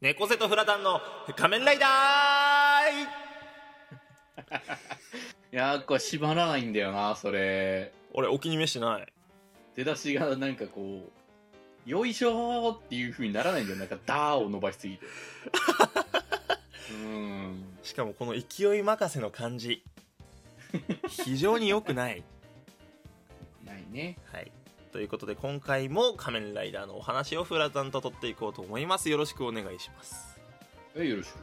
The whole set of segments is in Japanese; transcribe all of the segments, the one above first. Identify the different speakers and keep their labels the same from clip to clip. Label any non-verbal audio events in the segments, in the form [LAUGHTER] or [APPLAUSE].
Speaker 1: 猫背とフラダンの仮面ライダー
Speaker 2: いやーこれ縛らないんだよなそれ
Speaker 1: 俺お気に召してない
Speaker 2: 出だしがなんかこうよいしょーっていう風にならないんだよなんかダーを伸ばしすぎてうーん
Speaker 1: しかもこの勢い任せの感 [LAUGHS] じ非常に良くない
Speaker 2: ないね
Speaker 1: はいということで今回も仮面ライダーのお話をフラダンと取っていこうと思いますよろしくお願いします
Speaker 2: はいよろしく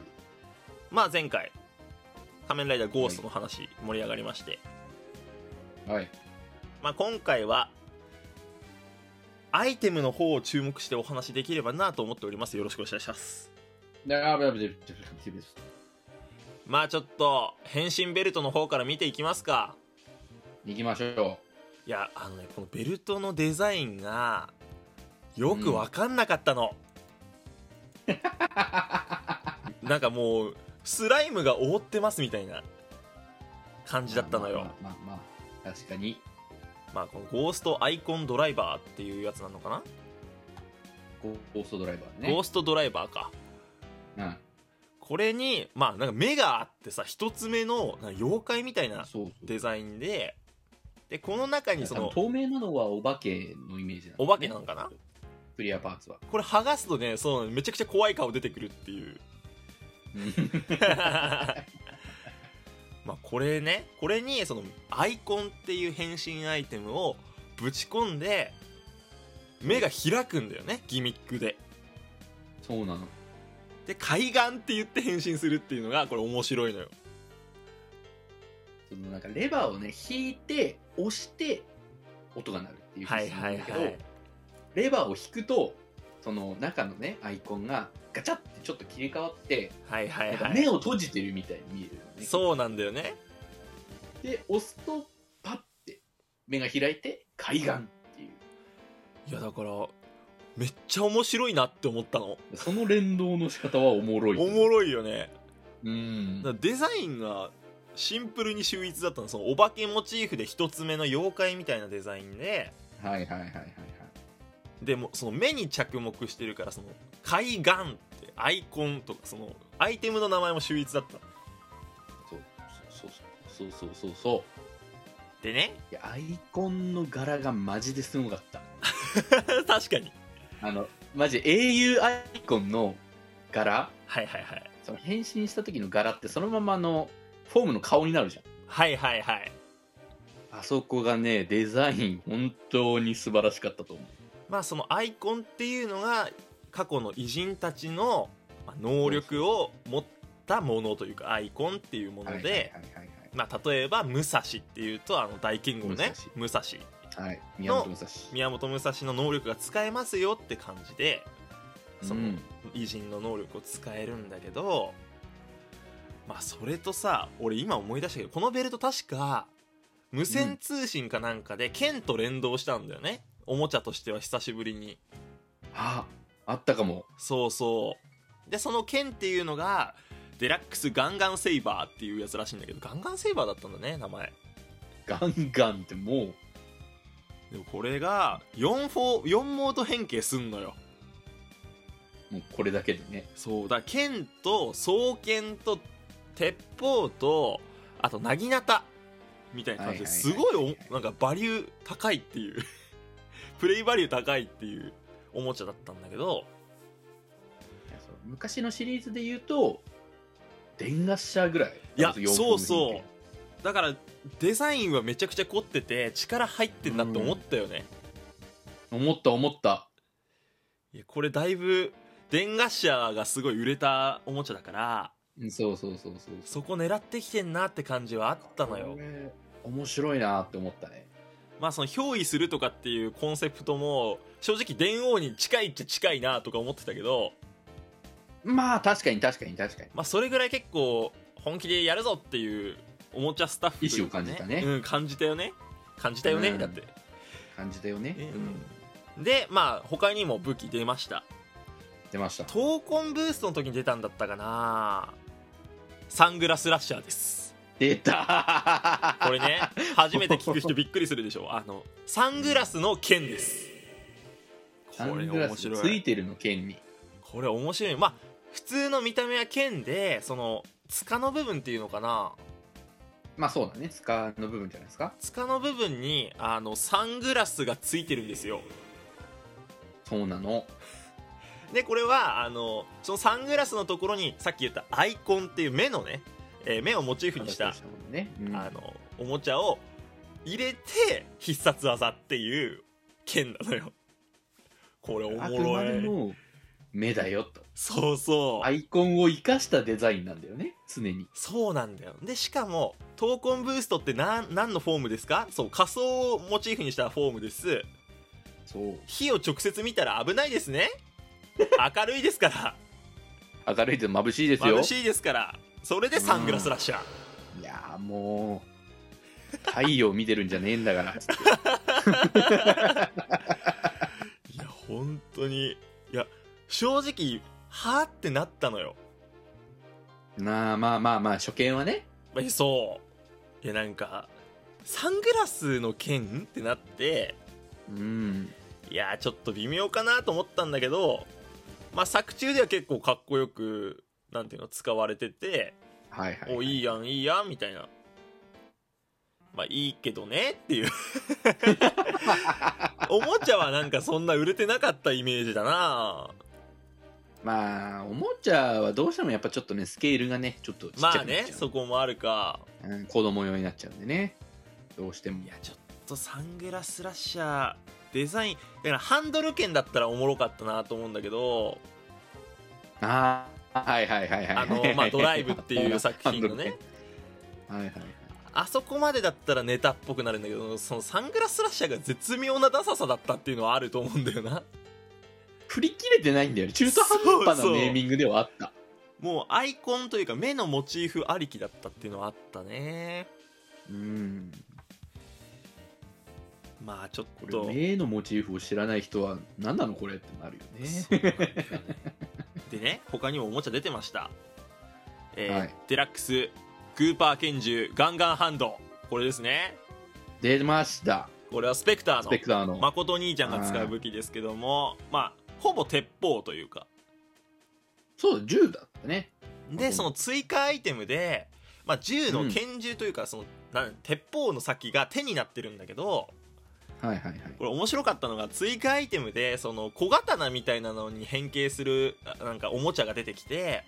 Speaker 1: まあ前回仮面ライダーゴーストの話盛り上がりまして、
Speaker 2: はい
Speaker 1: まあ、今回はアイテムの方を注目してお話できればなと思っておりますよろしくお願いします
Speaker 2: であぶあぶでぶでぶでぶ
Speaker 1: まあちょっと変身ベルトの方から見ていきますか
Speaker 2: 行きましょ
Speaker 1: いやあのねこのベルトのデザインがよく分かんなかった
Speaker 2: [LAUGHS]
Speaker 1: の、なんかもうスライムが覆ってますみたいな感
Speaker 2: う
Speaker 1: じだったのよ、
Speaker 2: まあまあまあ、まあまあ確かに
Speaker 1: まあこのゴーストアイコンドライバーっていうやつなのかな、
Speaker 2: ゴーストドライバーね
Speaker 1: ゴーストドライバーか
Speaker 2: うん
Speaker 1: これにまあなんか目があってさ一つ目のなんか妖怪みたいな
Speaker 2: そうそう
Speaker 1: デザインででこの中にその
Speaker 2: 多分透明なのはお化けのイメージなんだね
Speaker 1: お化けなのかな
Speaker 2: クリアパーツは
Speaker 1: これ剥がすとねそうめちゃくちゃ怖い顔出てくるっていう [LAUGHS] まあこれねこれにそのアイコンっていう変身アイテムをぶち込んで目が開くんだよねギミックで
Speaker 2: そうなの
Speaker 1: で海岸って言って変身するっていうのがこれ面白いのよ
Speaker 2: そのなんかレバーをね引いて押して音が鳴るっていう風にするんだけど、レバーを引くとその中のねアイコンがガチャってちょっと切り替わって、
Speaker 1: はいはい
Speaker 2: なん
Speaker 1: は
Speaker 2: か
Speaker 1: い
Speaker 2: 目を閉じてるみたいに見えるよね
Speaker 1: そうなんだよね
Speaker 2: で押すとパッて目が開いて海岸っていう
Speaker 1: いやだからめっちゃ面白いなって思ったの
Speaker 2: その連動の仕方はおもろい
Speaker 1: おもろいよね
Speaker 2: うん
Speaker 1: だからデザインがシンプルに秀逸だったのそのお化けモチーフで一つ目の妖怪みたいなデザインで
Speaker 2: はいはいはいはいはい
Speaker 1: でもうその目に着目してるからその海岸ってアイコンとかそのアイテムの名前も秀逸だった
Speaker 2: そうそうそうそうそうそうそう
Speaker 1: でね
Speaker 2: いやアイコンの柄がマジですごかった
Speaker 1: [LAUGHS] 確かに
Speaker 2: あのマジ英雄アイコンの柄
Speaker 1: はいはいはい
Speaker 2: その変身した時の柄ってそのままあのフォームの顔になるじゃん
Speaker 1: はいはいはい
Speaker 2: あそこがねデザイン本当に素晴らしかったと思
Speaker 1: まあそのアイコンっていうのが過去の偉人たちのまあ能力を持ったものというかアイコンっていうも
Speaker 2: う
Speaker 1: ので、
Speaker 2: はいはい
Speaker 1: まあ、例えば武蔵っていうとあの大剣豪ね武蔵
Speaker 2: はい、はい、宮本武蔵
Speaker 1: 宮本武蔵の能力が使えますよって感じでその
Speaker 2: うん
Speaker 1: 偉人の能力を使えるんだけど、まあそれとさ俺今思い出したけどこのベルト確か無線通信かなんかで剣と連動したんだよね、おもちゃとしては久しぶりに
Speaker 2: ああったかも
Speaker 1: そうそうでその剣っていうのがデラックスガンガンセイバーっていうやつらしいんだけどガンガンセイバーだったんだね名前
Speaker 2: ガンガンってもう
Speaker 1: でもこれが 4, フォー4モード変形すんのよ
Speaker 2: もうこれだけでね
Speaker 1: そうだ剣と双剣と鉄砲とあとなぎなたみたいな感じで
Speaker 2: はい
Speaker 1: す
Speaker 2: はい
Speaker 1: ご
Speaker 2: はいいはい
Speaker 1: おなんかバリュー高いっていう [LAUGHS] プレイバリュー高いっていうおもちゃだったんだけど
Speaker 2: いやそう昔のシリーズで言うと電ガッシャーぐらい
Speaker 1: いや
Speaker 2: あと四
Speaker 1: そう
Speaker 2: 本
Speaker 1: そ
Speaker 2: の
Speaker 1: うだからデザインはめちゃくちゃ凝ってて力入ってんなって思ったよね、
Speaker 2: 思った思った
Speaker 1: いやこれだいぶ電ガッシャーがすごい売れたおもちゃだから
Speaker 2: うんそうそうそうそう
Speaker 1: そこ狙ってきてんなって感じはあったのよ
Speaker 2: これ面白いなって思ったね
Speaker 1: まあその憑依するとかっていうコンセプトも正直電王に近いっちゃ近いなとか思ってたけど、
Speaker 2: まあ確かに確かに確かに
Speaker 1: まあ、それぐらい結構本気でやるぞっていうおもちゃスタッフというか
Speaker 2: 意思を感じたね
Speaker 1: うん、感じたよね感じたよね、
Speaker 2: うん
Speaker 1: だって、ね
Speaker 2: 感じたよね、うん
Speaker 1: でまあ他にも武器出ました
Speaker 2: 出ました
Speaker 1: 闘魂ブーストの時に出たんだったかなサングラスラッシャーです
Speaker 2: 出
Speaker 1: [LAUGHS]
Speaker 2: た
Speaker 1: これ
Speaker 2: [LAUGHS]
Speaker 1: ね初めて聞く人びっくりするでしょあのサングラスの剣です
Speaker 2: サングラスついてるの剣に
Speaker 1: これ面白いまあ普通の見た目は剣でその塚の部分っていうのかな
Speaker 2: まあそうだね塚の部分じゃないですか
Speaker 1: 塚の部分にあのサングラスがついてるんですよ
Speaker 2: そうなの
Speaker 1: でこれはあのそのサングラスのところにさっき言ったアイコンっていう目のね、えー目をモチーフにした
Speaker 2: 私もね、うん
Speaker 1: あのおもちゃを入れて必殺技っていう剣なのよこれお
Speaker 2: あ
Speaker 1: も
Speaker 2: くま
Speaker 1: ろ
Speaker 2: で
Speaker 1: い
Speaker 2: も目だよと
Speaker 1: そうそう
Speaker 2: アイコンを生かしたデザインなんだよね常に
Speaker 1: そうなんだよでしかも闘魂ブーストって何何のフォームですかそう仮想をモチーフにしたフォームです
Speaker 2: そう
Speaker 1: 火を直接見たら危ないですね明るいですから
Speaker 2: 明るいと眩しいですよ
Speaker 1: 眩しいですからそれでサングラスラッシャー、
Speaker 2: いやーもう太陽見てるんじゃねえんだから [LAUGHS]
Speaker 1: いや本当にいや正直はーってなったのよ
Speaker 2: なあまあまあまあ初見はね
Speaker 1: えそういやなんかサングラスの剣ってなって
Speaker 2: うん
Speaker 1: いやちょっと微妙かなと思ったんだけどまあ作中では結構かっこよくなんていうの使われてて
Speaker 2: はいはい、
Speaker 1: おいいやんいいやんみたいなまあいいけどねって
Speaker 2: [LAUGHS]
Speaker 1: いうおもちゃはなんかそんな売れてなかったイメージだな
Speaker 2: まあおもちゃはどうしてもやっぱちょっとねスケールがねちょっとちっちゃ
Speaker 1: ま
Speaker 2: くな
Speaker 1: あ
Speaker 2: っちゃう
Speaker 1: ねそこもあるか
Speaker 2: うん子供用になっちゃうんでねどうしても
Speaker 1: いやちょっとサングラスラッシャーデザインだからハンドル剣だったらおもろかったなと思うんだけど
Speaker 2: ああはいはいはいはい
Speaker 1: あのまあドライブっていう作品のね
Speaker 2: [LAUGHS] はいはいはい
Speaker 1: あそこまでだったらネタっぽくなるんだけどそのサングラスラッシャーが絶妙なダサさだったっていうのはあると思うんだよな
Speaker 2: 振り切れてないんだよね中途半端
Speaker 1: そうそ
Speaker 2: な
Speaker 1: う
Speaker 2: ネーミングではあった
Speaker 1: [LAUGHS] もうアイコンというか目のモチーフありきだったっていうのはあったね
Speaker 2: うん
Speaker 1: まあちょっ
Speaker 2: ことれ目のモチーフを知らない人は何なのこれってなるよね
Speaker 1: でね他にもおもちゃ出てました、えー
Speaker 2: はい
Speaker 1: デラックスクーパー拳銃ガンガンハンドこれですね
Speaker 2: 出ました
Speaker 1: これはスペクター
Speaker 2: ス
Speaker 1: の
Speaker 2: ペクターの、
Speaker 1: 誠兄ちゃんが使う武器ですけどもまあほぼ鉄砲というか
Speaker 2: そう銃だったねう
Speaker 1: で
Speaker 2: ん
Speaker 1: その追加アイテムで、まあ、銃の拳銃というか、そのなん鉄砲の先が手になってるんだけど
Speaker 2: はいはいはい
Speaker 1: これ面白かったのが追加アイテムでその小刀みたいなのに変形するあなんかおもちゃが出てきて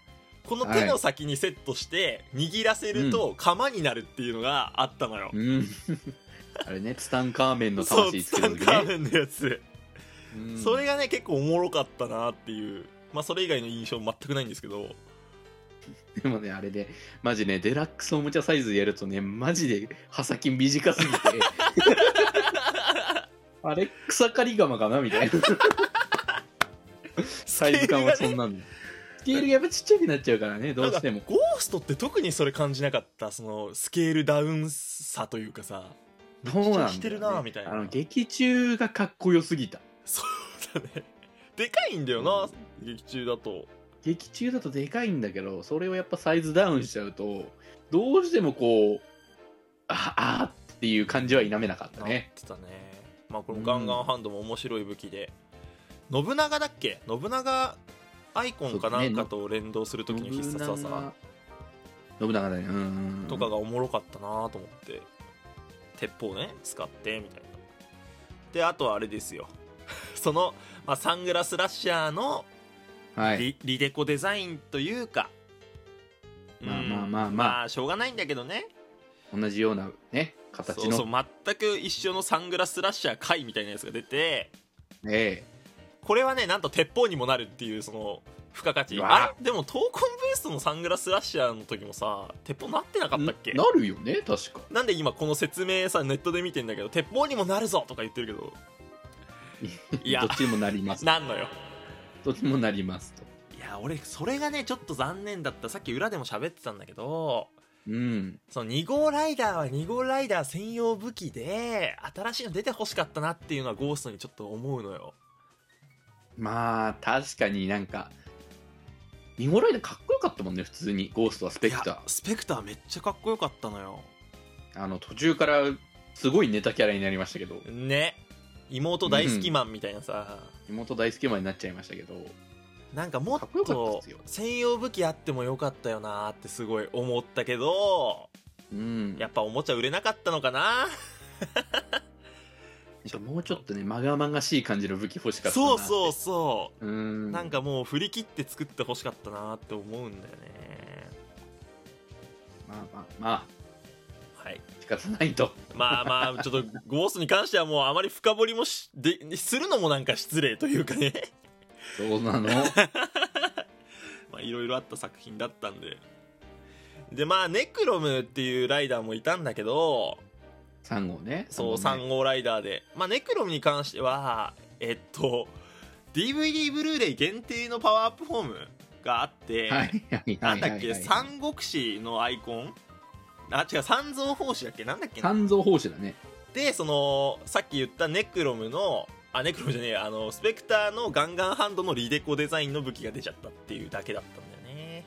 Speaker 1: この手の先にセットして握らせると鎌になるっていうのがあったのよ、
Speaker 2: うん [LAUGHS] あれねツタンカーメンの
Speaker 1: そう
Speaker 2: 魂つ
Speaker 1: ツ
Speaker 2: け
Speaker 1: タ
Speaker 2: た
Speaker 1: ン
Speaker 2: 時
Speaker 1: カー
Speaker 2: ね
Speaker 1: メンのやつ、
Speaker 2: うん
Speaker 1: それがね結構おもろかったなっていうまあそれ以外の印象全くないんですけど
Speaker 2: でもねあれでマジねデラックスおもちゃサイズでやるとねマジで刃先短すぎて
Speaker 1: [LAUGHS]
Speaker 2: あれ草刈り釜かなみ
Speaker 1: [LAUGHS]
Speaker 2: たいなサイズ感はそんなんだスケールがやっぱちっちゃくなっちゃうからねどうしても
Speaker 1: ゴーストって特にそれ感じなかったそのスケールダウンさというかさ [LAUGHS] めっ
Speaker 2: そうな
Speaker 1: ちゃ
Speaker 2: んだよね
Speaker 1: してるなみたいな
Speaker 2: あの劇中がかっこよすぎた
Speaker 1: そうだねでかいんだよな、劇中だと
Speaker 2: 劇中だとでかいんだけどそれをやっぱサイズダウンしちゃうとどうしてもこうああーっていう感じは否めなかった
Speaker 1: なっ
Speaker 2: ね
Speaker 1: てたねまあこのガンガンハンドも面白い武器で、信長だっけ信長アイコンかなんかと連動するときの必殺技
Speaker 2: 長信長だねうんうんうん
Speaker 1: とかがおもろかったなと思って鉄砲ね使ってみたいなであとはあれですよ [LAUGHS] その、まあ、サングラスラッシャーの
Speaker 2: はい
Speaker 1: リリデコデザインというか、
Speaker 2: まあ
Speaker 1: うん
Speaker 2: まあまあまあ
Speaker 1: まあしょうがないんだけどね
Speaker 2: 同じようなね形
Speaker 1: そう
Speaker 2: の
Speaker 1: そう全く一緒のサングラスラッシャー回みたいなやつが出て
Speaker 2: え
Speaker 1: これはねなんと鉄砲にもなるっていうその付加価値
Speaker 2: うわ
Speaker 1: あれでも闘魂ブーストのサングラスラッシャーの時もさ鉄砲なってなか
Speaker 2: え
Speaker 1: ったっけ
Speaker 2: なるよね確か
Speaker 1: なんで今この説明さネットで見てんだけど鉄砲にもなるぞとか言ってるけ
Speaker 2: [LAUGHS]
Speaker 1: どいや
Speaker 2: どっちにもなります
Speaker 1: なんのよ
Speaker 2: どっちにもなりますと
Speaker 1: いや俺それがねちょっと残念だったさっき裏でも喋ってたんだけど
Speaker 2: うん
Speaker 1: その2号ライダーは2号ライダー専用武器で新しいの出てほしかったなっていうのはゴーストにちょっと思うのよ
Speaker 2: まあ確かになんかニゴライダーかっこよかったもんね普通にゴーストはスペク
Speaker 1: い
Speaker 2: タ
Speaker 1: やスペクターめっちゃかっこよかったのよ
Speaker 2: ーあの途中からすごいネタキャラになりましたけど
Speaker 1: ね妹大好きマンみたいなさ、
Speaker 2: 妹大好きマンになっちゃいましたけど
Speaker 1: なんかもっ
Speaker 2: かっこよかった
Speaker 1: と
Speaker 2: っすよ
Speaker 1: 専用武器あってもよかったよなーってすごい思ったけど
Speaker 2: うん
Speaker 1: やっぱおもちゃ売れなかったのかな
Speaker 2: やっぱもうちょっとねまがまがしい感じの武器欲しかったな
Speaker 1: そうそうそう
Speaker 2: う
Speaker 1: う、
Speaker 2: ん
Speaker 1: なんかもう振り切って作ってほしかったなーって思うんだよね
Speaker 2: まあまあま
Speaker 1: はい
Speaker 2: あ仕方ないと
Speaker 1: まあまあちょっとゴーストに関してはもうあまり深掘りもしでするのもなんか失礼というかね [LAUGHS]
Speaker 2: そうなの
Speaker 1: まあいろいろあった作品だったんででまあネクロムっていうライダーもいたんだけど
Speaker 2: 3号ね
Speaker 1: そう、
Speaker 2: 三号ね
Speaker 1: 3号ライダーで。まあ、ネクロムに関しては、えっと、DVD ブルーレイ限定のパワーアップフォームがあって、
Speaker 2: はいはい
Speaker 1: な
Speaker 2: は
Speaker 1: ん
Speaker 2: い
Speaker 1: だ
Speaker 2: はい
Speaker 1: っけ、
Speaker 2: はい
Speaker 1: 三国志のアイコンあ、違う、三蔵法師だっけなんだっけな
Speaker 2: 三蔵法師だね
Speaker 1: で、その、さっき言ったネクロムの、あ、ネクロムじゃねえや、あの、スペクターのガンガンハンドのリデコデザインの武器が出ちゃったっていうだけだったんだよね。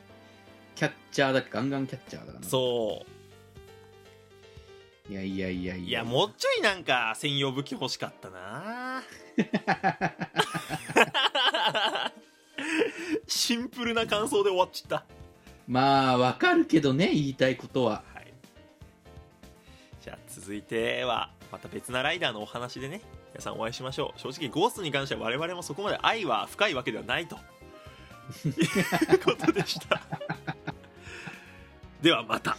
Speaker 2: キャッチャーだっけガンガンキャッチャーだから
Speaker 1: そう
Speaker 2: いやいやいや
Speaker 1: う。
Speaker 2: い
Speaker 1: い
Speaker 2: や
Speaker 1: や、もうちょいなんか、専用武器欲しかったな [LAUGHS] シンプルな感想で終わっちゃっ
Speaker 2: まあわかるけどね言いたいことは
Speaker 1: た、はい、じゃあ続いてはまた別なライダーのお話でね皆さんお会いしましょう正直ゴーストに関しては我々もそこまで愛は深いわけではないということでしたではまた